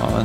Ja,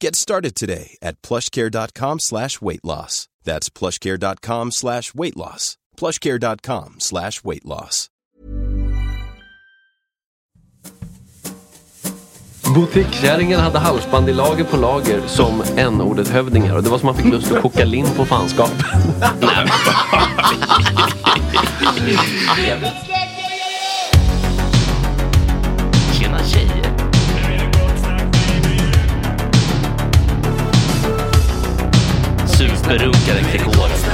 Get started today at plushcare.com slash weight loss. That's plushcare.com slash weight loss. plushcare.com slash weight loss. Boutiquekärringen hade halsband i lager på lager som n-ordet hövdingar. Och det var som man fick lust att koka lim på fanskap. Tjena tjejer. Superrunkare kring håret.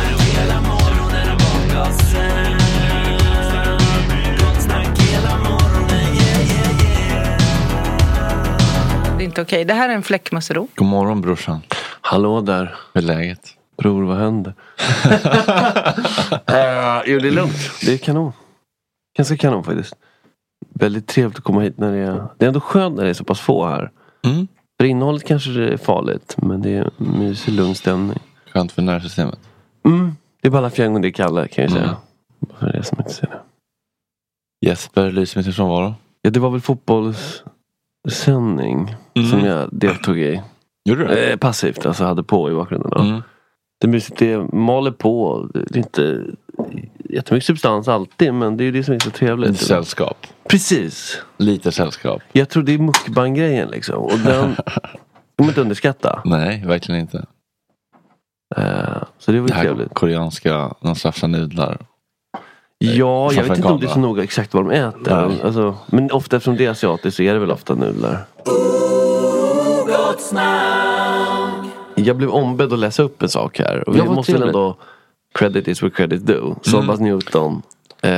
Det är inte okej. Det här är en fläckmussero. God morgon brorsan. Hallå där. Hur är läget? Bror, vad händer? Eh, Jo, det är lugnt. Det är kanon. Ganska kanon faktiskt. väldigt trevligt att komma hit när det är... Det är ändå skönt när det är så pass få här. Mm. För innehållet kanske det är farligt men det är mysig lugn stämning. Skönt för nervsystemet. Mm. Det är bara fjärgon det är Kalle kan jag säga. Mm. För er som inte ser det. Jesper lyser med sin frånvaro. Ja, det var väl fotbollssändning Mm. som jag deltog i. Gjorde du det? Eh, passivt, alltså hade på i bakgrunden. Då. Mm. Det är mysigt, det maler på. Det är inte jättemycket substans alltid men det är ju det som är så trevligt. Lite sällskap. Precis. Lite sällskap. Jag tror det är mukbang-grejen liksom. Och den ska man inte underskatta. Nej, verkligen inte. Eh, så det var Det ju här trevligt. koreanska, någon slafsar nudlar. Ja, jag framför vet inte en om det är så kamera. noga exakt vad de äter. Nej. Alltså, men ofta eftersom det är asiatiskt så är det väl ofta nudlar. Jag blev ombedd att läsa upp en sak här. Och vi Ja, vad måste väl trevligt. Mm. ändå credit is where credit do. Sobbas Newton. Eh,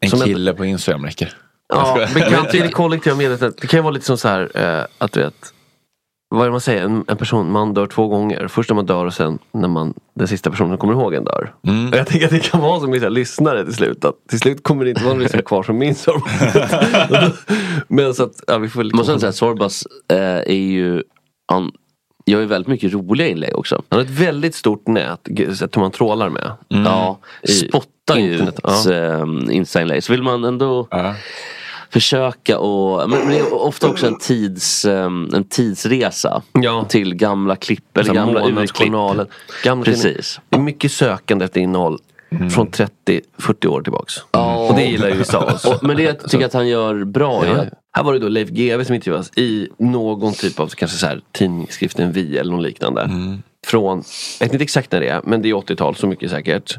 En Som en- kille på Instagram räcker. Ja, bekant till det kollektiva medvetandet. Det kan ju vara lite som så här eh, att du vet. Vad är det man säger? En, en person, man dör två gånger. Först när man dör och sen när man, den sista personen som kommer ihåg en dör. Mm. Och jag tänker att det kan vara som vissa lyssnare till slut. Att till slut kommer det inte vara någon lyssnare kvar som minns sorgbandet. Men så att, ja, vi får väl... Måste jag säga att Sorbas eh, är ju... Han gör ju väldigt mycket roliga inlägg också. Han har ett väldigt stort nät g- så att man trålar med. Mm. Ja, I spottar ju internet, ut ja. eh, Insta-inlägg. Så vill man ändå Ja. försöka och... Men, men det är ofta också en, tids, eh, ehm, en tidsresa. Ja. Till gamla klipp Så eller här gamla urklipp. månadsjournalen. Gamla Precis. Det är mycket sökande efter innehåll från 30-40 år tillbaks. Och det gillar ju USA också. Och, men det jag tycker att han gör bra är Ja, att Här var det då Leif GW som intervjuas i någon typ av kanske så här, tidningsskriften Vi eller någon liknande. Mm. Från, jag vet inte exakt när det är, men det är 80-tal, så mycket säkert.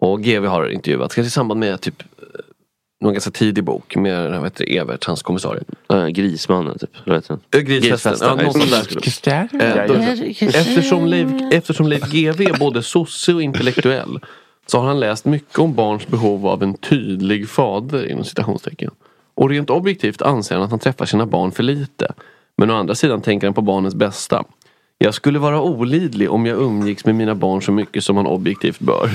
Och GW har intervjuats, kanske i samband med typ eh, någon ganska tidig bok med vad heter det, Evert, hans kommissarie. Eh, Grismannen typ. Jag vet inte. Ö, Grisfesten. Ja, någon sån där. Eh, då- Eftersom Leif, eftersom Leif GW är både sosse och intellektuell så har han läst mycket om barns behov av en tydlig fader inom citationstecken. Och rent objektivt anser han att han träffar sina barn för lite. Men å andra sidan tänker han på barnens bästa. Jag skulle vara olidlig om jag umgicks med mina barn så mycket som man objektivt bör.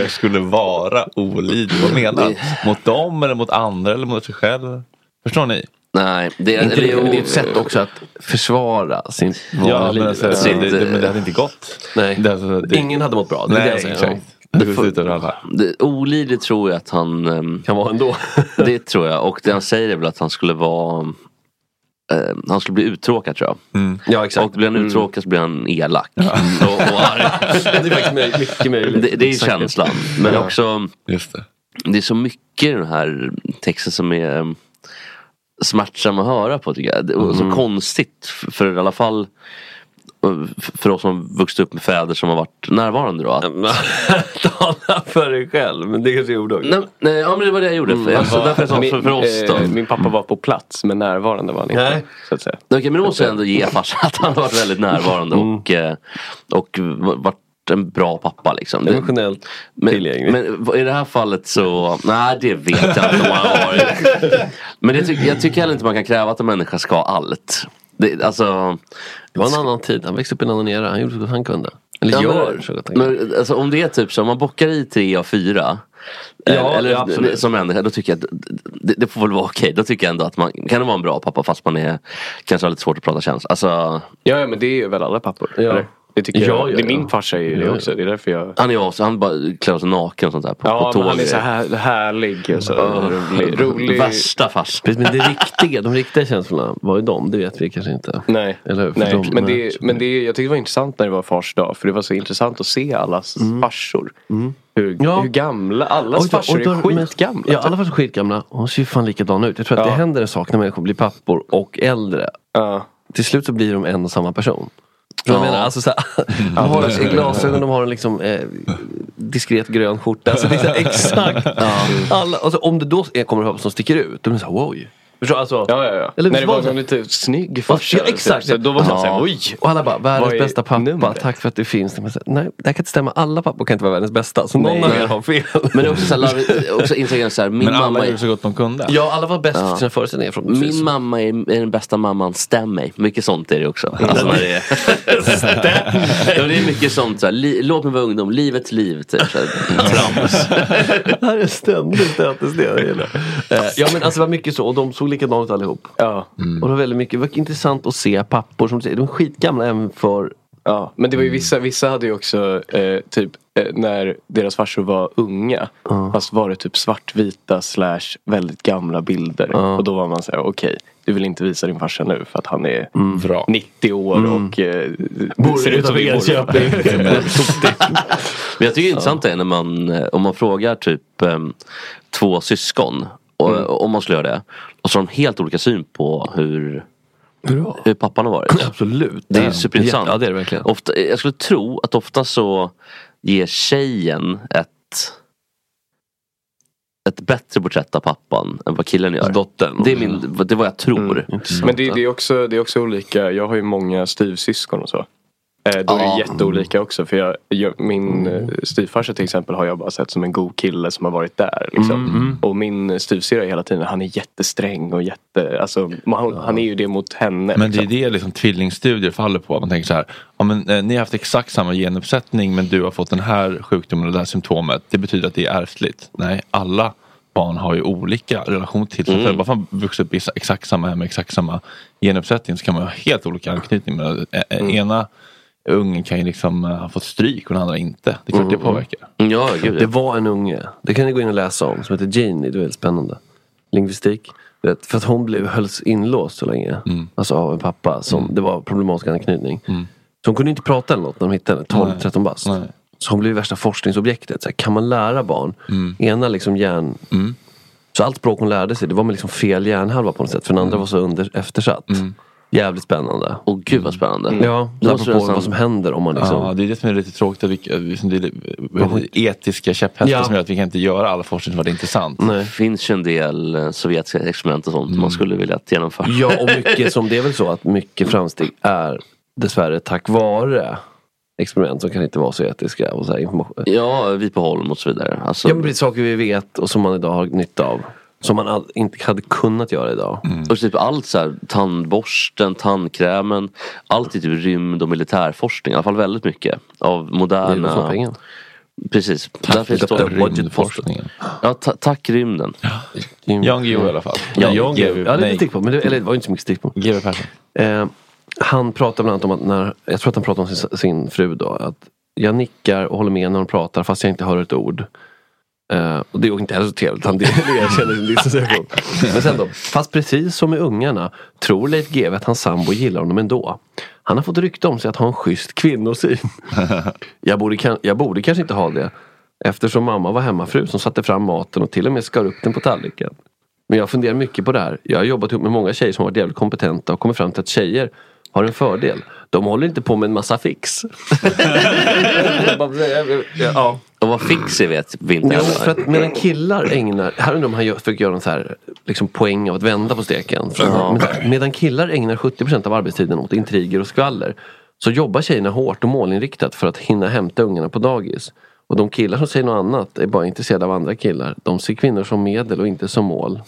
Jag skulle vara olidlig. Vad menar han? Mot dem eller mot andra eller mot sig själv? Förstår ni? Nej, det, Inte, eller, det jo, är ett sätt också att försvara sin Ja, vanliga men, alltså, liv. det, det, men det hade inte gått. Nej. Det, alltså, det, Ingen hade mått bra. Det är det Nej, jag säger. exakt. Det går ut över alla. Det, olidlig tror jag att han... ehm, Ja, Kan vara ändå. det tror jag. Och det han säger är väl att han skulle vara... eh, han skulle bli uttråkad tror jag. Mm. ja, Och blir han uttråkad så blir han elak. Och, och arg. det är faktiskt möj- mycket möjligt. Det, det är ju Säkert. känslan. Men också, Just det. det är så mycket i den här texten som är eh, smärtsam att höra på tycker jag. Det- Och Mm. så konstigt för, för i alla fall eh, f- för oss som vuxit upp med fäder som har varit närvarande då. Att, Tala för dig själv, men det kanske jag gjorde också. nej, nej, ja men det var det jag gjorde. För, alltså, därför jag sa för, för oss eh, då. eh, Min pappa var på plats men närvarande var han inte. Nej. Så att säga. Okej, men då måste jag ändå ge farsan att han har varit väldigt närvarande och, eh, och varit en bra pappa liksom. Det- Emotionellt men, tillgänglig. men i det här fallet så, nej det vet jag inte om han har varit. Men det tycker- jag tycker heller inte man kan kräva att en människa ska ha allt. Det, alltså, det var en annan tid, han växte upp i en annan era. Han gjorde så gott han kunde. Eller Ja, gör men- så gott han kunde. men, alltså, om det är typ så, om man bockar i tre av fyra. eh, Ja, eller ja, absolut. som händer, då tycker jag att det, det får väl vara okej. Då tycker jag ändå att man kan det vara en bra pappa fast man är, kanske har lite svårt att prata känslor. Alltså, Ja, ja, men det är väl alla pappor. Ja. eller? Det tycker Ja, jag. ja, det, ja. Min farsa är ju det Ja, ja. också. Det är därför jag... han är av sig, han bara klär sig naken och sånt där på, Ja, på men tåg. han är så här, härlig. Och så, rolig. rolig. Värsta farsan. Precis, Men det riktiga, de riktiga känslorna, var ju de? Det vet vi kanske inte. Nej, Eller hur? För Nej. de- men, det, men det, jag tyckte det var intressant när det var fars dag. För det var så intressant att se allas farsor. Hur, Mm. Ja. hur gamla, allas Och då- farsor och då- är skitgamla. typ. Men, ja, alla farsor är skitgamla. Och de ser ju fan likadana ut. Jag tror att det Ja. händer en sak när människor blir pappor och äldre. Ja. Till slut så blir de en och samma person. Förstår du vad Jag menar, alltså, så här, de har glasögon, de har en liksom, eh, diskret grön skjorta. Alltså, det är så här, exakt. Alla, alltså, om det då är, kommer en som sticker ut, då blir det såhär, wow. Förstår, alltså, ja, ja, ja. Eller När det var en lite snygg farsa. typ. Ja, exakt. Så då var det såhär, oj. Och alla bara, världens Vad är bästa pappa, numret? tack för att du finns. Man säger, Nej, det här kan inte stämma. Alla pappor kan inte vara världens bästa. Så någon Nej. av er har fel. Men det är också så här larvigt, också Instagram så här, min Men alla mamma gjorde så gott de kunde. Ja, alla var bäst på sina föreställningar. Från, precis. Min mamma är, är den bästa mamman, stäm mig. Mycket sånt är det också. Alltså, när det, är, Ja, men det är mycket sånt, så här, li, låt mig vara ungdom, livets liv. Typ, så här, trams. det här är ständigt ätesdelen. ja men alltså det var mycket så och de såg likadana ut allihop. Ja. Och det var väldigt mycket, det var intressant att se pappor som säger, de är skitgamla även för Ja, men det var ju vissa, vissa hade ju också eh, typ eh, när deras farsor var unga. Fast var det typ svartvita slash väldigt gamla bilder. Och då var man så här: okej du vill inte visa din farsa nu för att han är Mm. 90 år Mm. och eh, Bor ser ut som utanför en Enköping. Tokig. Men jag tycker det är intressant är när man, eh, om man frågar typ ehm, två syskon, och, Mm. och om man skulle göra det, och så har de helt olika syn på hur, hur pappan har varit. Absolut. Det är superintressant. Ja det är det verkligen. Ofta, eh, jag skulle tro att ofta så ger tjejen ett ett bättre porträtt av pappan än vad killen gör. Dottern. Det, är min, det är vad jag Mm, tror. Men det, det, är också, det är också olika, jag har ju många styvsyskon och så. Eh, då är det jätteolika också för jag, jag, min mm. styvfarsa till exempel har jag bara sett som en god kille som har varit där. Liksom. Mm, Och min styvsyrra hela tiden, han är jättesträng och jätte, alltså, han, han är ju det mot henne. Men det är det liksom tvillingstudier faller på. Man tänker så här, ja, men, eh, ni har haft exakt samma genuppsättning men du har fått den här sjukdomen och det här symptomet. Det betyder att det är ärftligt. Nej, alla barn har ju olika relation till sig Mm. själva. Varför man vuxit upp i exakt samma hem med exakt samma genuppsättning så kan man ha helt olika anknytning. Men, eh, Mm. eh, Ena ungen kan ju liksom eh, ha fått stryk och den andra inte. Det är klart det Mm, mm. påverkar. Ja, gud, ja. Det var en unge. Det kan ni gå in och läsa om. Som heter Janie. Det är väldigt spännande. Lingvistik. Du Vet, för att hon blev, hölls inlåst så länge. Mm. Alltså av en pappa. Som, Det var problematisk anknytning. Så hon kunde inte prata eller något när de hittade henne. Nej. 12-13 bast. Så hon blev värsta forskningsobjektet. Så här, kan man lära barn? Mm. Ena liksom hjärn... Så allt språk hon lärde sig det var med liksom fel hjärnhalva på något sätt. För den Mm. andra var så under, eftersatt. Jävligt spännande. Mm. Och gud vad spännande. Ja, Det lära måste på nästan- vad som händer om man liksom... Ja, det är det som är lite tråkigt. Att vi, liksom, det är Vad- etiska käpphästar Ja. som gör att vi kan inte göra all forskning som var intressant. Det finns ju en del eh, sovjetiska experiment och sånt man skulle vilja att genomföra. Mm. Ja, och mycket som det är väl så att mycket framsteg är dessvärre tack vare experiment som kanske inte var så etiska. Och så här information. Ja, vi på Holm och så vidare. Alltså, Ja, men precis, saker vi vet och som man idag har nytta av. Som man all- inte hade kunnat göra idag. Och typ allt så här, tandborsten, tandkrämen. Allt är typ rymd och militärforskning. I alla fall väldigt mycket. Av Det är väl så moderna... pengen. Precis. Tack Där finns för det- rymdforskningen. Ja, ta- tack rymden. Jan Guillou i alla fall. Ja, Nej, jag, GW. jag hade Nej. lite stick på, men det, eller det var ju inte så mycket stick på. GW Persson. Eh, han pratar bland annat om att, när, jag tror att han pratar om sin, sin fru då, att jag nickar och håller med när hon pratar fast jag inte hör ett ord. Eh, och det är ju inte heller så trevligt, han det- det erkänner sin dissociation. Men sen då, fast precis som med ungarna tror Leif GW att hans sambo gillar honom ändå. Han har fått rykte om sig att ha en schysst kvinnosyn. jag, borde, kan- jag borde kanske inte ha det. Eftersom mamma var hemmafru som satte fram maten och till och med skar upp den på tallriken. Men jag funderar mycket på det här. Jag har jobbat ihop med många tjejer som har varit jävligt kompetenta och kommit fram till att tjejer har en fördel. De håller inte på med en massa fix. ja. Och vad fix är vet vi inte Jo, heller. för att medan killar ägnar, här undrar om han gör- försöker göra någon så här, liksom poäng av att vända på steken. För att- medan- Medan killar ägnar 70% av arbetstiden åt intriger och skvaller så jobbar tjejerna hårt och målinriktat för att hinna hämta ungarna på dagis. Och de killar som säger något annat är bara intresserade av andra killar. De ser kvinnor som medel och inte som mål.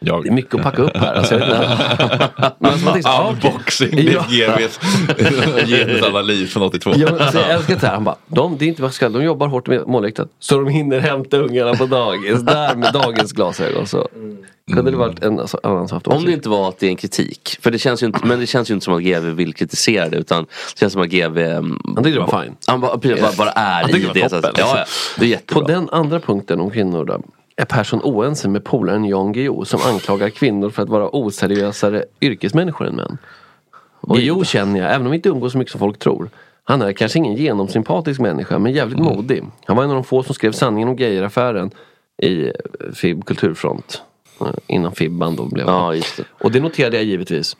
Det är mycket att packa upp här. Alltså, jag vet inte. Men alltså, man tänker så här, okej. Unboxing, det är GWs genusanalys från 82. Ja, men alltså, jag älskar det här. Han bara, de, det är inte vad jag ska, de jobbar hårt med målriktat. Så de hinner hämta ungarna på dagis. Där med dagens glasögon. Så. Kunde det varit en alltså, annan som haft Om det inte var att det är en kritik. För det känns ju inte, men det känns ju inte som att GV vill kritisera det. Utan det känns som att GV... Han tyckte det var fine. Han bara, precis, bara, bara är Jag i tycker det. var Så att, toppen. ja, ja, det är jättebra. På den andra punkten om kvinnor då. Är Persson oense med polaren Jan Guillou som anklagar kvinnor för att vara oseriösare yrkesmänniskor än män? Guillou känner jag, även om vi inte umgås så mycket som folk tror. Han är kanske ingen genomsympatisk människa, men jävligt Mm. modig. Han var en av de få som skrev sanningen om gayeraffären i eh, FIB Kulturfront. Eh, Innan Fibban då blev Ja, just det. Och det noterade jag givetvis.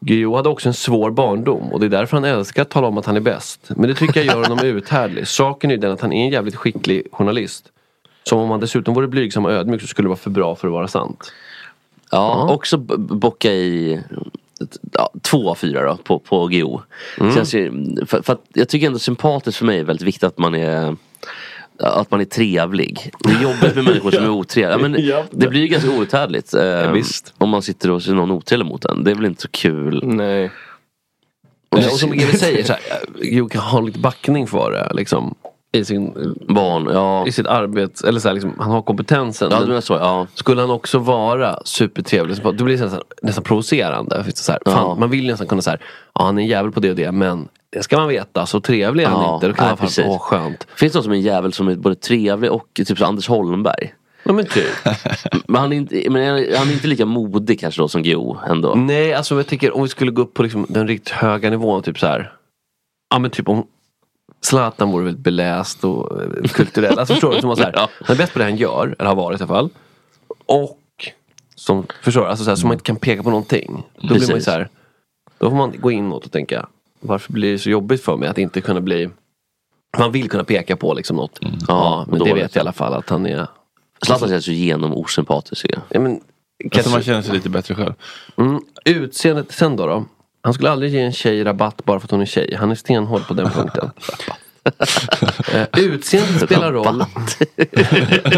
Guillou hade också en svår barndom och det är därför han älskar att tala om att han är bäst. Men det tycker jag gör honom uthärdlig. Saken är ju den att han är en jävligt skicklig journalist. Som om han dessutom vore blygsam och ödmjuk så skulle det vara för bra för att vara sant. Ja, också b- b- bocka i ja, två av fyra då på, på GO. Mm. Känns ju, för, för att jag tycker ändå sympatiskt för mig är väldigt viktigt att man är att man är trevlig. Det är jobbigt med människor som är otrevliga. Ja, men Ja. det blir ju ganska outhärdligt. eh, visst. Om man sitter och ser någon otrevlig mot en. Det är väl inte så kul. Nej. Och, Och som GW säger, så här, Jo, kan ha lite backning för det. Liksom, I sin barn, I sitt arbete, eller så här, liksom, han har kompetensen. Ja, men du menar så, ja. Skulle han också vara supertrevlig, så bara- då blir det nästan, nästan provocerande. För Så här, Ja. fan, man vill ju nästan kunna säga, ja han är en jävel på det och det, men det ska man veta, så trevlig är han inte. Då kan man fan, åh skönt. Finns det någon som är en jävel som är både trevlig och typ så Anders Holmberg? Ja men typ. men han är inte, men han är inte lika modig kanske då som Gio ändå. Mm. Nej, alltså jag tänker om vi skulle gå upp på liksom, den riktigt höga nivån, typ så här. Ja men typ om Zlatan vore väldigt beläst och eh, kulturell. Alltså förstår du? Som var så här, Han är bäst på det han gör, eller har varit i alla fall. Och, som, förstår du? Alltså så, här, så man inte kan peka på någonting. Då blir man ju Precis. så här, Då får man gå inåt och tänka, varför blir det så jobbigt för mig att inte kunna bli man vill kunna peka på liksom något. Ja, men det dåligt. vet jag i alla fall att han är. Zlatan känns ju genom osympatisk. Ja, men, Alltså man känner sig lite bättre själv. Mm. Utseendet sen då, då? Han skulle aldrig ge en tjej rabatt bara för att hon är tjej. Han är stenhård på den punkten. Eh, Utseendet spelar roll.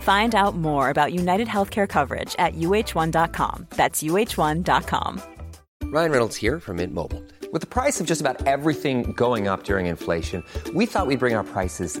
Find out more about United Healthcare coverage at uh1.com. That's uh1.com. Ryan Reynolds here from Mint Mobile. With the price of just about everything going up during inflation, we thought we'd bring our prices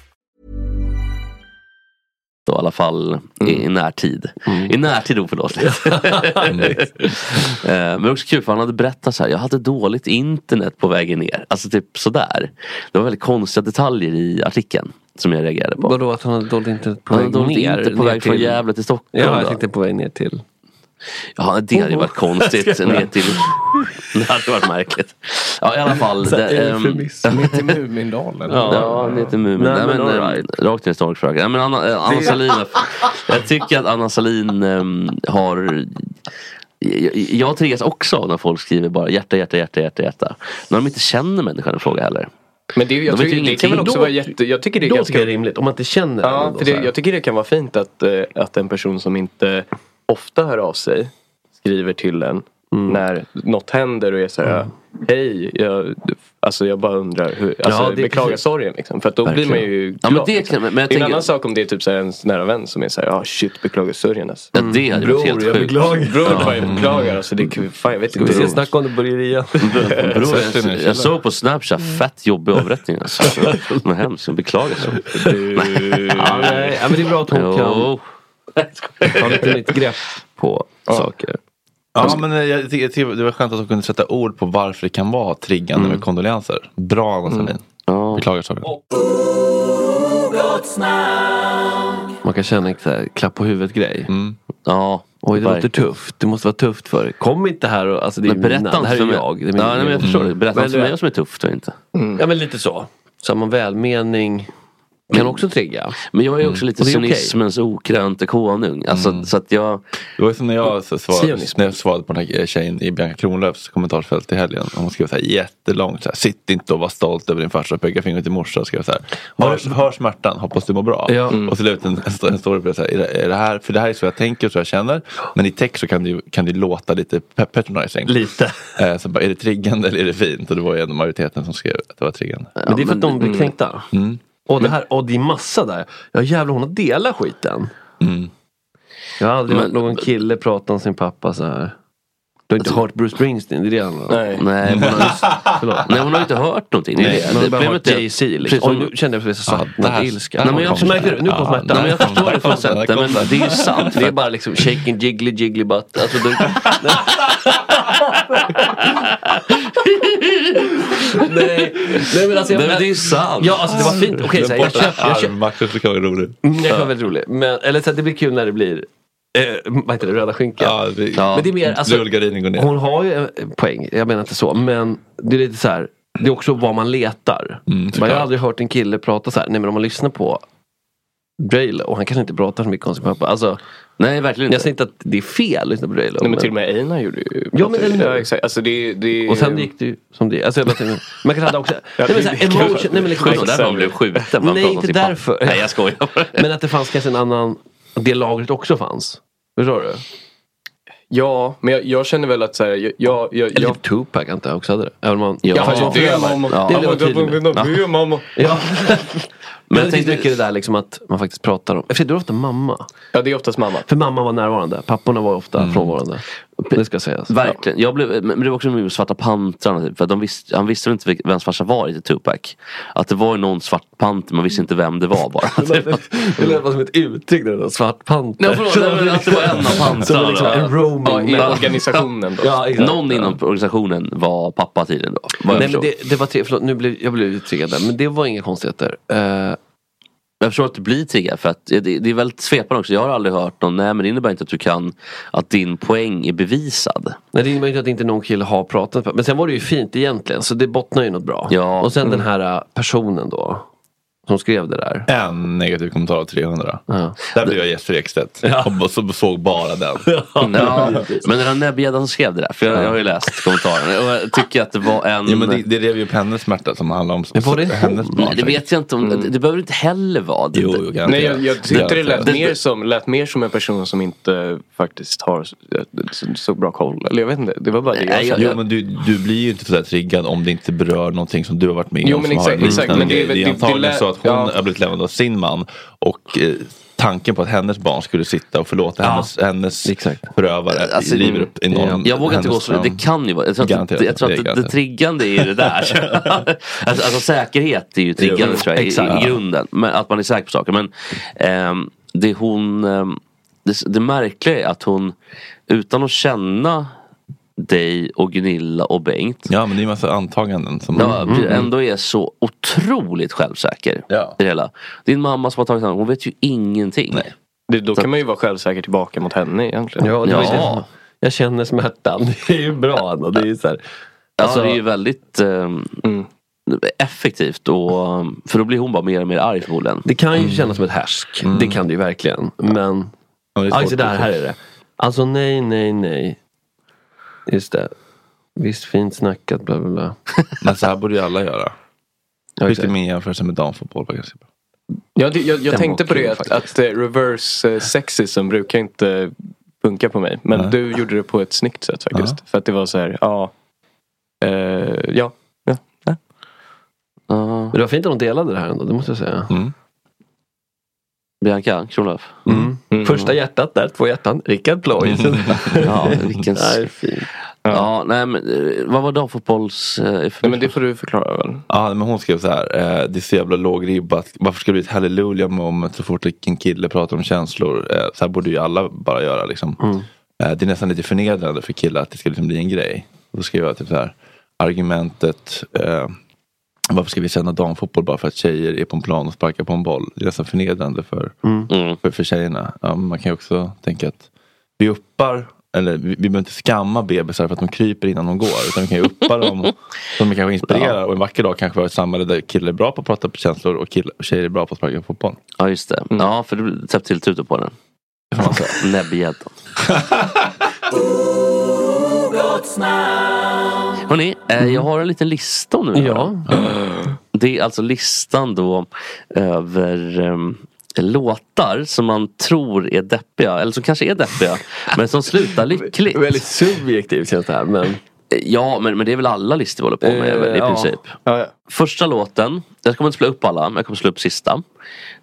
Då, I alla fall i, i närtid. I närtid oförlåtligt. Eh, Men också kul för han hade berättat så här, jag hade dåligt internet på vägen ner. Alltså typ sådär. Det var väldigt konstiga detaljer i artikeln som jag reagerade på. Vadå att han hade dåligt internet på Han väg hade dåligt ner? internet på ner väg från Gävle till Stockholm Ja, jag då? tänkte på väg ner till... Ja, det hade ju varit konstigt. Ska jag- Ner till... Det hade varit märkligt. Ja, i alla fall. Så här, det, ehm, eufemism. Mitt i Mumindalen. Ja, ja han heter Mumin. Nej, men, eh, Rakt ner i stalkfrågan. Nej, men Anna, eh, Anna Det- Salin, jag tycker att Anna Salin ehm, har... Jag, jag triggas också av när folk skriver bara hjärta, hjärta, hjärta, hjärta, hjärta. När de inte känner människan i fråga heller. Men det, är ju- jag De vet tycker, ju det kan väl ingenting. också Då- vara jätte... Jag tycker det är då ganska tycker jag det är rimligt om man inte känner Ja, den då, för så det, här. jag tycker det kan vara fint att, eh, att en person som inte ofta hör av sig skriver till en Mm. när något händer och är så här Hej, jag, alltså jag bara undrar, hur, Ja, alltså, det är beklagar precis. sorgen liksom. För att då Verkligen. blir man ju Ja, glad. men det liksom. kan- men jag det är en tänker- annan sak om det är typ så här ens nära vän som är såhär, ja shit beklagar sorgen alltså. Ja, Mm. det hade varit helt jag sjukt. beklagar. Bror, Ja. vad jag beklagar alltså. Det, är kul. fan, jag vet vi inte. se, snacka om det börjar Bror, jag, jag såg på Snapchat, fett jobbig avrättning alltså. Det var hemskt, jag beklagar så. Ja, nej, ja, men det är bra att hon Jo. kan ta lite nytt grepp. på saker. Ja, men eh, jag, tycker- jag, tycker det var skönt att de kunde sätta ord på varför det kan vara triggande med kondolenser. Bra Anna Salin. Beklagar sorgen. Man kan känna en så här, klapp på huvudet grej. Ja. Oj det verkligen. låter tufft. Det måste vara tufft för dig. Kom inte här och alltså, det är Men berätta mina. Det inte här för är mig. jag. Det är Ja, nej, men jag förstår det. Berätta inte för mig vad som är tufft och inte. Ja men lite så. Samma välmening kan också trigga. Mm. Men jag är också lite Och det är okej. Mm. cynismens okrönte konung. Alltså, så att jag... Det var som när jag så- svarade, Sionism. när jag svarade på den här tjejen i Bianca Kronlöfs kommentarsfält i helgen. Hon skrev så här jättelångt. Så här, Sitt inte och var stolt över din farsa. Peka fingret till morsan. och Skrev så här. Hör, hör smärtan. Hoppas du mår bra. Ja. Mm. Och så la jag ut en, en, sto- en story på det. Så här, är det, är det här, för det här är så jag tänker och så jag känner. Men i text så kan det, ju- kan det låta lite pe- patronizing. Lite. Eh, så bara, är det triggande eller är det fint? Och det var ju ändå majoriteten som skrev att det var triggande. Men det är för att de blir kränkta. Mm. Och det här, och det är massa där. Ja jävlar hon har delat skiten. Jag har aldrig Men- hört någon kille prata om sin pappa så här. Du har inte hört Bruce Springsteen, det är det han Nej. Nej, hon har- Nej, hon har ju inte hört någonting. Det är Nej, det. man har Det bara hört problemet är- Jay-Z liksom. Precis, Oj, som- nu kände jag att jag Ja, saknade där- ilska. Nej, men jag- Kom, märker du? Nu kom Ja, smärtan. nej, men jag förstår det på ett sätt, Där kom men den. det är ju sant. Det är bara liksom shaking jiggly jiggly butt. Alltså, det, nej, nej men alltså. Jag, Nej, men det är ju sant. Ja alltså det var fint. Okej så här, jag köper. Jag köper. Armmatchen så kan vara rolig. Mm, Det var väldigt roligt. Men, eller så här, det blir kul när det blir eh, vad heter det, röda skinkan. Ja, det- men det är mer, alltså, Rullgardinen går ner. hon har ju en poäng, jag menar inte så. Men det är lite så här, det är också vad man letar. man jag har aldrig hört en kille prata så här, nej men om man lyssnar på Draylo och han kanske inte pratar så mycket om sin pappa. Alltså, nej verkligen inte. Jag säger inte att det är fel att lyssna på Draylo. Nej, men till och med Einar gjorde ju... Ja, men eller hur? ja, exakt. Alltså, det, det... Och sen gick det ju som det alltså, jag bara, tänkte, Man kanske hade också... Ja, nej, men, så det- här, det- emotion, nej, men liksom, Sjutton, där man blev skjuten. man Nej pratar om inte sin pappa. därför. Nej, jag skojar. men att det fanns kanske en annan... Det lagret också fanns. Förstår du? Ja, men jag, jag känner väl att så här, jag... jag, jag, Eller jag typ Tupac antar jag också hade det. Även om man... Ja, fast det är mamma. Ja. Det vill jag vara tydlig med. Ja. mamma. Ja. Men jag tänkte tänkte- mycket det där liksom att man faktiskt pratar om. Eftersom du är ofta mamma. Ja det är oftast mamma. För mamma var närvarande. Papporna var ofta frånvarande. Det ska sägas. Verkligen. Jag blev, men det var också med Svarta pantrarna. Typ, för att de visste, han visste väl inte vilk- vems farsa var i Tupac. Att det var ju någon svart panter, man visste inte vem det var bara. Det lät bara som ett uttryck det där. Svart panter. Nej, förlåt, nej, men att det var en av Som pantrarna. liksom då. en roaming. Ja, i- Ja, exakt. Någon inom organisationen var pappa tydligen då. Vad jag Nej, men förstod. det, det var tre, förlåt, nu blev, jag blev triggad där, men det var inga konstigheter. Eh, Jag förstår att du blir triggad för att det, det är väldigt svepande också. Jag har aldrig hört någon, nej men det innebär inte att du kan, att din poäng är bevisad. nej, det innebär ju inte att inte någon kille har pratat med Men sen var det ju fint egentligen, så det bottnar ju något bra. Ja. Och sen Mm. den här eh, personen då. som skrev det där. En negativ kommentar av 300. Där blev jag Jesper Ekstedt. Och så såg bara den. Ja, men den här näbbgäddan som skrev det där, för jag, jag har ju läst kommentarerna och jag tycker att det var en... Ja, men det, det rev ju upp hennes smärta som handlar om Men var det hennes hon? Nej, det vet jag inte om. Mm. Det, det behöver inte heller vara. Det, jo, Nej, jag, jag tyckte det lät mer, som, lät mer som en person som inte faktiskt har så, så- så bra koll. Eller jag vet inte, det var bara det jag kände. jo men du, du blir ju inte sådär triggad om det inte berör någonting som du har varit med Jo, om. men som exakt, har en exakt, liknande men det är grej. väl- det är det- det antagligen lär- så att hon ja. har blivit lämnad av sin man och eh, tanken på att hennes barn skulle sitta och förlåta hennes, hennes förövare Alltså, river upp enorm... jag vågar inte gå hennes så långt. namn. Det kan ju vara. Jag tror att, Garanterat, det, jag tror det är att det, det garanterat. triggande är det där. alltså, alltså säkerhet är ju triggande Jo, tror jag, i, exakt. i grunden. Men, att man är säker på saker. Men ehm, det hon... ehm, det, det märkliga är att hon utan att känna dig och Gunilla och Bengt. Ja men det är en massa antaganden. Som... Ja, ändå är så otroligt självsäker i det hela. Din mamma som har tagit hand om hon vet ju ingenting. Det, då kan man ju vara självsäker tillbaka mot henne egentligen. Ja, det var ju det. Jag känner smärtan. Det är ju bra. ändå. Det är ju så här. Alltså det är ju väldigt ehm, Mm. effektivt och ehm, för då blir hon bara mer och mer arg förmodligen. Det kan ju kännas som ett härsk. Det kan det ju verkligen. Men... det är Ja, svårt just det där, att- här är det. Alltså nej, nej, nej. Just det. Visst fint snackat, bla bla bla. Men så här borde ju alla göra. Ja, Vilket exakt. min jämförelse med damfotboll var ganska bra. Ja, det, jag jag Den tänkte var på det kul, att, att eh, reverse eh, sexism brukar inte funka på mig. Men du gjorde det på ett snyggt sätt faktiskt. För att det var så här, ja. eh, ja. ja. ja. Men det var fint att de delade det här ändå, det måste jag säga. Mm. Bianca Kronlöf. Mm. Första hjärtat där, två hjärtan. Rickard Ploy. Mm. ja, vilken... Nej, fint. Ja. nej men eh, vad var damfotbolls... eh, Nej men det får du förklara väl. Ja, men hon skrev så här. Eh, det är så jävla låg ribba. att- Varför ska det bli ett halleluja moment så fort en kille pratar om känslor? Eh, så här borde ju alla bara göra liksom. Eh, det är nästan lite förnedrande för killar att det ska liksom bli en grej. Då skrev jag typ så här. Argumentet. Eh, varför ska vi sända damfotboll bara för att tjejer är på en plan och sparkar på en boll? Det är nästan förnedrande för, Mm. för, för tjejerna. Ja, men man kan ju också tänka att vi uppar, eller vi, vi behöver inte skamma bebisar för att de kryper innan de går. Utan vi kan ju uppa dem som vi kanske inspirerar. Och en vacker dag kanske vi har ett samhälle där killar är bra på att prata på känslor och killar, tjejer är bra på att sparka fotboll. Ja just det. Ja för du täppte till tutor på den. Alltså, Näbbgäddan. Hörni, eh, jag har en liten lista nu. Ja. Eh. Det är alltså listan då över ehm, låtar som man tror är deppiga, eller som kanske är deppiga, men som slutar lyckligt. Väldigt subjektivt känns det här. Men... Ja, men, men det är väl alla listor vi håller på med Eh, i ja. princip. Första låten, jag kommer inte spela upp alla, men jag kommer slå upp sista.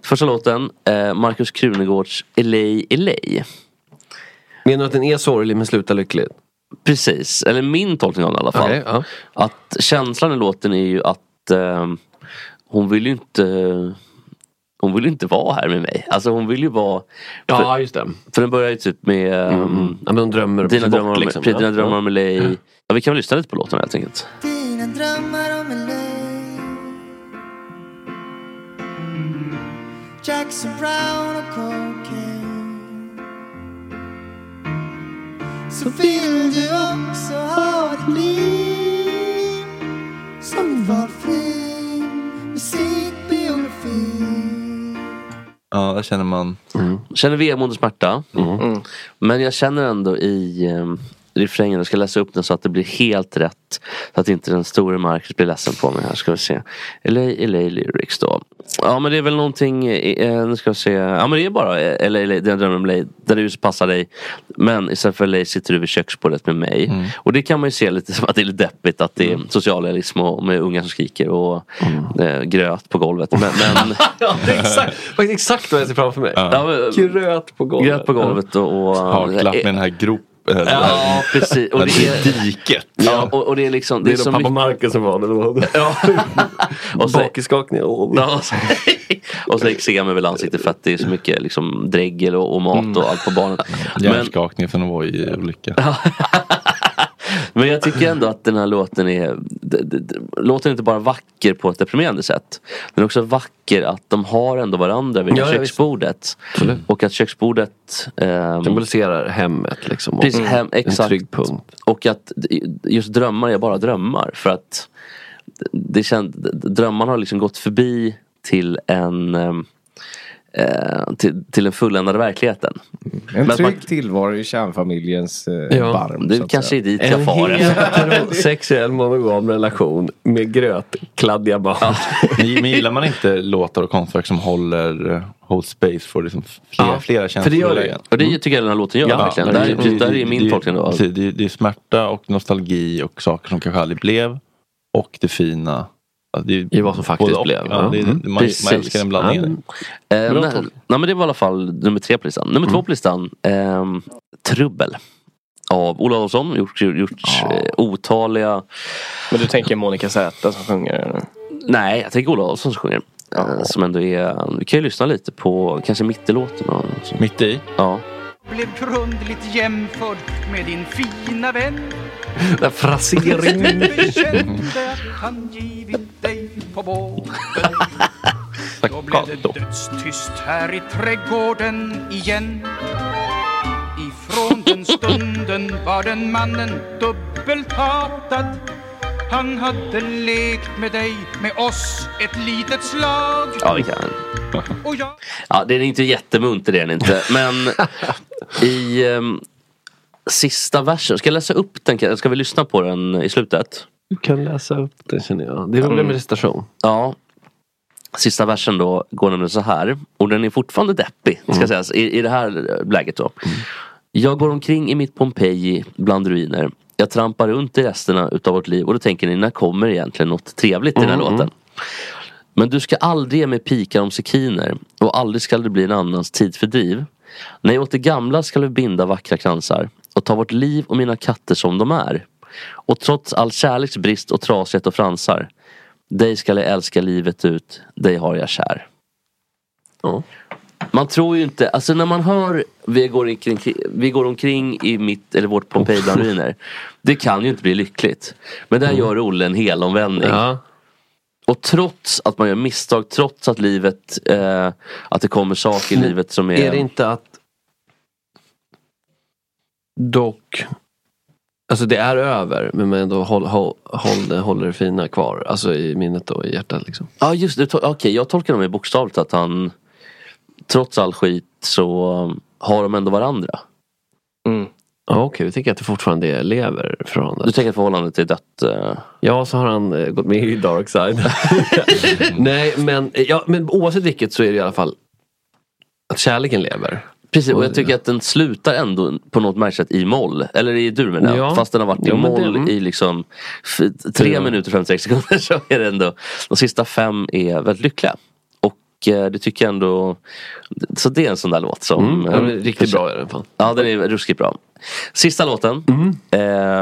Första låten, eh, Markus Krunegårds Elej Elej. Menar du att den är sorglig men slutar lyckligt? Precis, eller min tolkning av den i alla fall. Okej, ja. Att känslan i låten är ju att eh, hon vill ju inte hon vill ju inte vara här med mig. Alltså hon vill ju vara... Ja, just det. För den börjar ju typ med... Mm. Ja, men hon drömmer dina sig bort, drömmar om, liksom, precis, ja. dina drömmar om Ja. LA. Ja, vi kan väl lyssna lite på låten helt enkelt. Dina drömmar om en löj Jackson Brown och cocaine Så vill du också ha ett liv Som en valfri musikbiografi Ja, där känner man... Känner vemod och smärta. Men jag känner ändå i um, refrängen, jag ska läsa upp den så att det blir helt rätt. Så att inte den store Marcus blir ledsen på mig här. Ska vi se. LA, LA Lyrics då. Ja men det är väl någonting, eh, nu ska vi se. Ja men det är bara eh, LA, LA den drömmer om LA. Där du passar dig. Men istället för LA sitter du vid köksbordet med mig. Och det kan man ju se lite som att det är lite deppigt att det är socialrealism och med ungar som skriker och eh, gröt på golvet. Men, men, ja, det är exakt, faktiskt exakt vad jag ser framför mig. Ja, men- Gröt på golvet. Gröt på golvet och... eh, och Haklapp med den här grop... Ja, precis. Och det är diket. Ja, och, och det är liksom... Det är, så då pappa mycket- Marcus som var det. då. och så- Bakskakning. Åh, Ja, och så- Och så eksem över ansiktet för att det är så mycket liksom dregel och, och Mm. mat och allt på barnen. Men, Hjärnskakning för de var i olycka. men jag tycker ändå att den här låten är... d- d- d- Låten är inte bara vacker på ett deprimerande sätt. Den är också vacker att de har ändå varandra vid Ja, ja, köksbordet. och att köksbordet... ehm, Symboliserar hemmet liksom. och Precis, hem, exakt. En trygg punkt. Och att d- just drömmar är bara drömmar. För att det känd, d- drömmarna har liksom gått förbi till en ehm, eh, till, till den fulländade verkligheten. En Men att trygg man- tillvaro i kärnfamiljens eh, barm. det så att kanske säga. är dit jag far. En sexuell monogam relation med grötkladdiga barn. Men gillar man inte låtar och konstverk som håller eh, hold space för liksom flera, flera känslor? för det gör det. i lägen? Och det tycker jag den här låten gör verkligen. Där- precis, där Mm. är min det- tolkning då. precis, Det, är- det är smärta och nostalgi och saker som kanske aldrig blev. Och det fina. Alltså det, I vad som faktiskt både och. blev. Ja, det, är- Mm. man, man älskar den blandningen. Ja. Eh, Bra nej, tolkning. nej, men det var i alla fall nummer tre på listan. Nummer två på listan, ehm, Trubbel. Av Ola Adolfsson, gjort, gjort eh, otaliga... Men du tänker Monica Zäta som sjunger? Nej, jag tänker Ola Adolfsson som sjunger. Eh, som ändå är... Vi kan ju lyssna lite på kanske mitt i låten. och- Mitt i? Ja. Blev grundligt jämförd med din fina vän. Den fraseringen. Bekände att han givit dig på båten. Då blev det dödstyst här i trädgården igen. Ifrån den stunden var den mannen dubbelt hatad. Han hade lekt med dig, med oss, ett litet slag. Ja, vi kan. Mm. Ja, det är inte jättemunter det är den inte. Men i ehm, sista versen, ska jag läsa upp den? Ska vi lyssna på den i slutet? Du kan läsa upp det känner jag. Det är Mm. roligt med recitation. Ja. Sista versen då går nämligen så här. Och den är fortfarande deppig, ska Mm. sägas, i, i det här eh, läget då. Jag går omkring i mitt Pompeji bland ruiner. Jag trampar runt i resterna utav vårt liv och då tänker ni, när kommer egentligen något trevligt i den här Mm, mm. låten? Men du ska aldrig ge mig pikar om sekiner och aldrig ska det bli en annans tidsfördriv. Nej, åt det gamla ska vi binda vackra kransar och ta vårt liv och mina katter som de är. Och trots all kärleks brist och trasighet och fransar dig ska jag älska livet ut, dig har jag kär. Man tror ju inte, alltså när man hör vi går omkring, vi går omkring i mitt eller vårt Pompeji bland ruiner. Det kan ju inte bli lyckligt. Men där gör Olle en helomvändning. Och trots att man gör misstag, trots att livet, eh, att det kommer saker i livet som är... Mm. Är det inte att dock Alltså det är över men man ändå håll, håll, håll, det- håller det fina kvar. Alltså i minnet och i hjärtat liksom. Ja just det, To- okej jag tolkar dem i bokstavligt att han trots all skit så har de ändå varandra. Ja, Okej, vi tänker att det fortfarande lever förhållandet. Du tänker att förhållandet är dött? Ja, så har han eh, gått med i Darkside. Nej, men, eh, ja, men oavsett vilket så är det i alla fall att kärleken lever. Precis, och jag tycker att den slutar ändå på något märkligt sätt i moll. Eller i dur menar jag. Ja. Fast den har varit i Jo, men det- moll mm. i liksom f- tre Ja. minuter och 56 sekunder. Så är det ändå. De sista fem är väldigt lyckliga. Och eh, det tycker jag ändå. Så det är en sån där låt som. Mm, ja, eh, men riktigt kanske- bra är den fan. Ja den är ruskigt bra. Sista låten. Mm.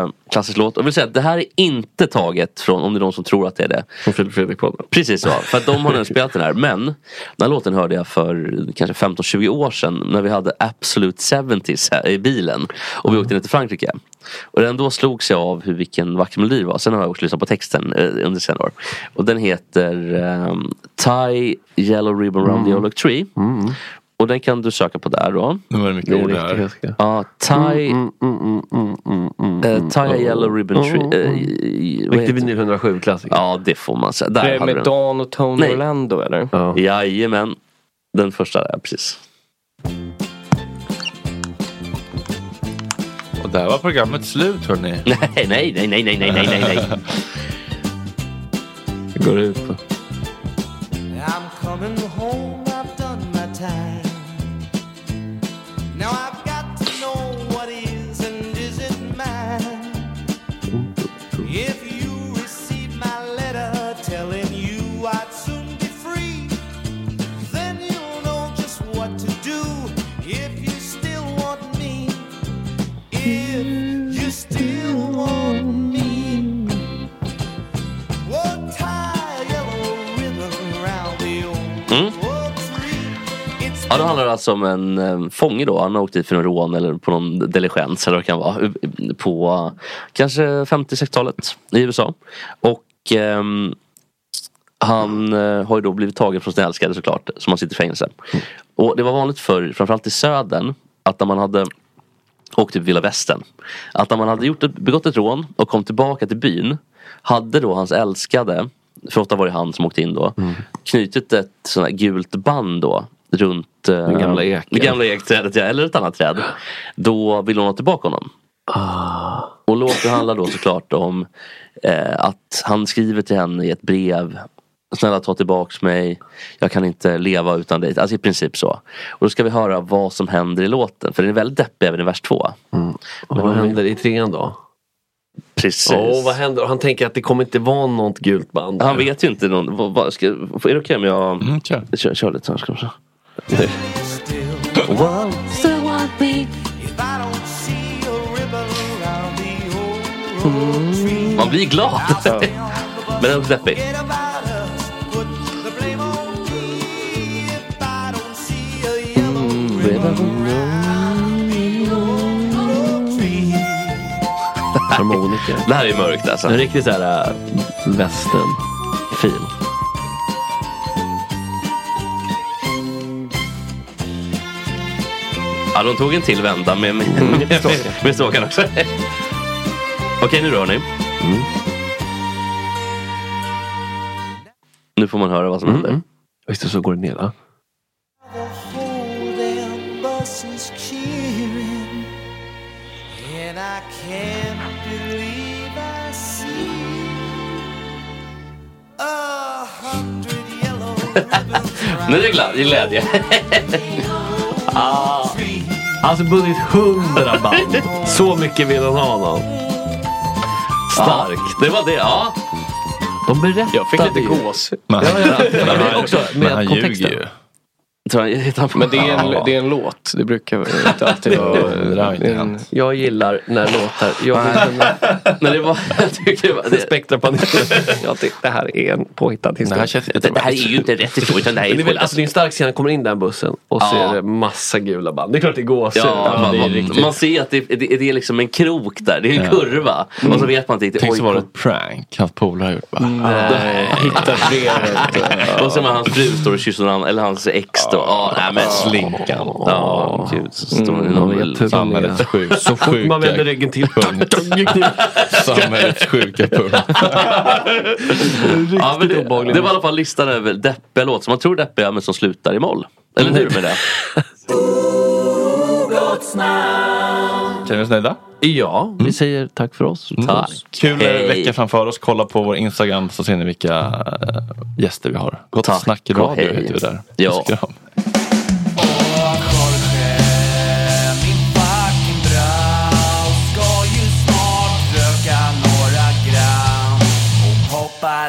Eh, klassisk låt. Och jag vill säga att det här är inte taget från, om det är någon som tror att det är det. Från Filip Fredrik-podden. Precis så, för att de har redan spelat den här. Men den här låten hörde jag för kanske 15-20 år sedan när vi hade Absolute 70s här i bilen. Och Mm. vi åkte ner till Frankrike. Och den då slogs jag av hur vilken vacker melodi det var. Sen har jag också lyssnat på texten eh, under senare år. Och den heter ehm, Tie Yellow Ribbon Round the Mm. Olive Tree. Och den kan du söka på där då. Nu var det mycket ord här. Ja, Tie... mm, eh, tie a Yellow Ribbon Tree. Mm, eh, mm. i- vad Riktig heter- vinyl 107 klassiker. Ja det får man säga. Där Det är hade Eh, med du den. Dan och Tony Nej. Orlando, eller? Jajamän. Den första där, precis. Och där var programmet slut hörni. Nej, nej, nej, nej, nej, nej, nej, nej, nej. Det går ut på. I'm coming home, I've done my time. Now I've got to know what is and isn't mine. If you receive my letter telling you I'd soon be free, then you'll know just what to do if you still want me. If you still want me. Oh, tie a yellow ribbon round the old Mm. oak tree. It's Ja, då handlar det alltså om en eh, fånge då. Han har åkt dit för någon rån eller på någon diligens eller vad det kan vara. På eh, kanske 50-60-talet i USA. Och ehm, han eh, har ju då blivit tagen från sin älskade såklart. Som han sitter i fängelse. Och det var vanligt för framförallt i södern, att när man hade och typ vilda västern. Att när man hade gjort ett, begått ett rån och kom tillbaka till byn hade då hans älskade för ofta var det han som åkte in då, knutit ett sånt här gult band då runt eh, Den gamla eken. det gamla ekträdet, ja, eller ett annat träd. Då vill hon ha tillbaka honom. Och låten handlar då såklart om eh, att han skriver till henne i ett brev. Snälla ta tillbaks mig. Jag kan inte leva utan dig. Alltså i princip så. Och då ska vi höra vad som händer i låten. För den är väldigt deppig även i vers två. Och Mm. vad händer i trean då? Precis. Åh, vad händer? Och Han tänker att det kommer inte vara något gult band. Han vet ju inte någon. Vad, vad, ska, är det okej om jag kör. Kör, kör lite? så Ska vi se. Wow. Still want me if I don't see a ribbon around the old Man blir glad. Men den är också deppig. Mm, Harmoniker. Det här är mörkt alltså. En riktig såhär äh, västern. Fin. Ja, de tog en till vända med, med, Mm, med, med, med stråken också. Okej, nu då hörni. Mm. Nu får man höra vad som händer. Mm. Visst, och så går det ner va? whole damn bus is cheering. And I can't believe I see a hundred yellow ribbons. Nu är det glad, det är glädje. Ah. Alltså bundit hundra band. Så mycket vill han ha honom. Stark. det var det, ja. De berättade Jag fick lite gås. Ja, ja, ja. Men Men också med kontexten. Men det är, en, det är en låt. Det brukar väl inte alltid vara... en- Jag gillar när låtar... Jag vill kunna... när det var... Jag tycker det var... Det... jag tyckte, det här är en påhittad historia. Det här känns inte Det- det här är ju inte rätt historia, utan det här är Men väl, påhittat. alltså, det är en stark scen, han kommer in där i bussen och så Ja. är det massa gula band. Det är klart det är gåshud. Ja, det man, är man, riktigt- man ser att det, det, det är liksom en krok där. Det är en Ja. kurva. Och så vet man inte riktigt. Tänk oj, så var det ett prank hans polare har gjort. Bara. Nej. och sen när hans fru står och kysser honom, eller hans ex då. Ja, nej men slinkan. Ja, gud. Så står hon i någon bild. Samhällets sjuka. Så fort man vänder ryggen till. Samhällets sjuka punkt. Ja, men det, det var i alla fall listan över deppiga låtar som man tror är deppiga men som slutar i moll. Eller Mm. hur med det? Känner vi oss nöjda? Ja, Mm. vi säger tack för oss. Tack. Kul Hej. vecka framför oss. Kolla på vår Instagram så ser ni vilka eh, gäster vi har. Gott Tack snack och radio hej. heter vi där. Ja. Puss och kram. Ska ju snart röka några gram och hoppa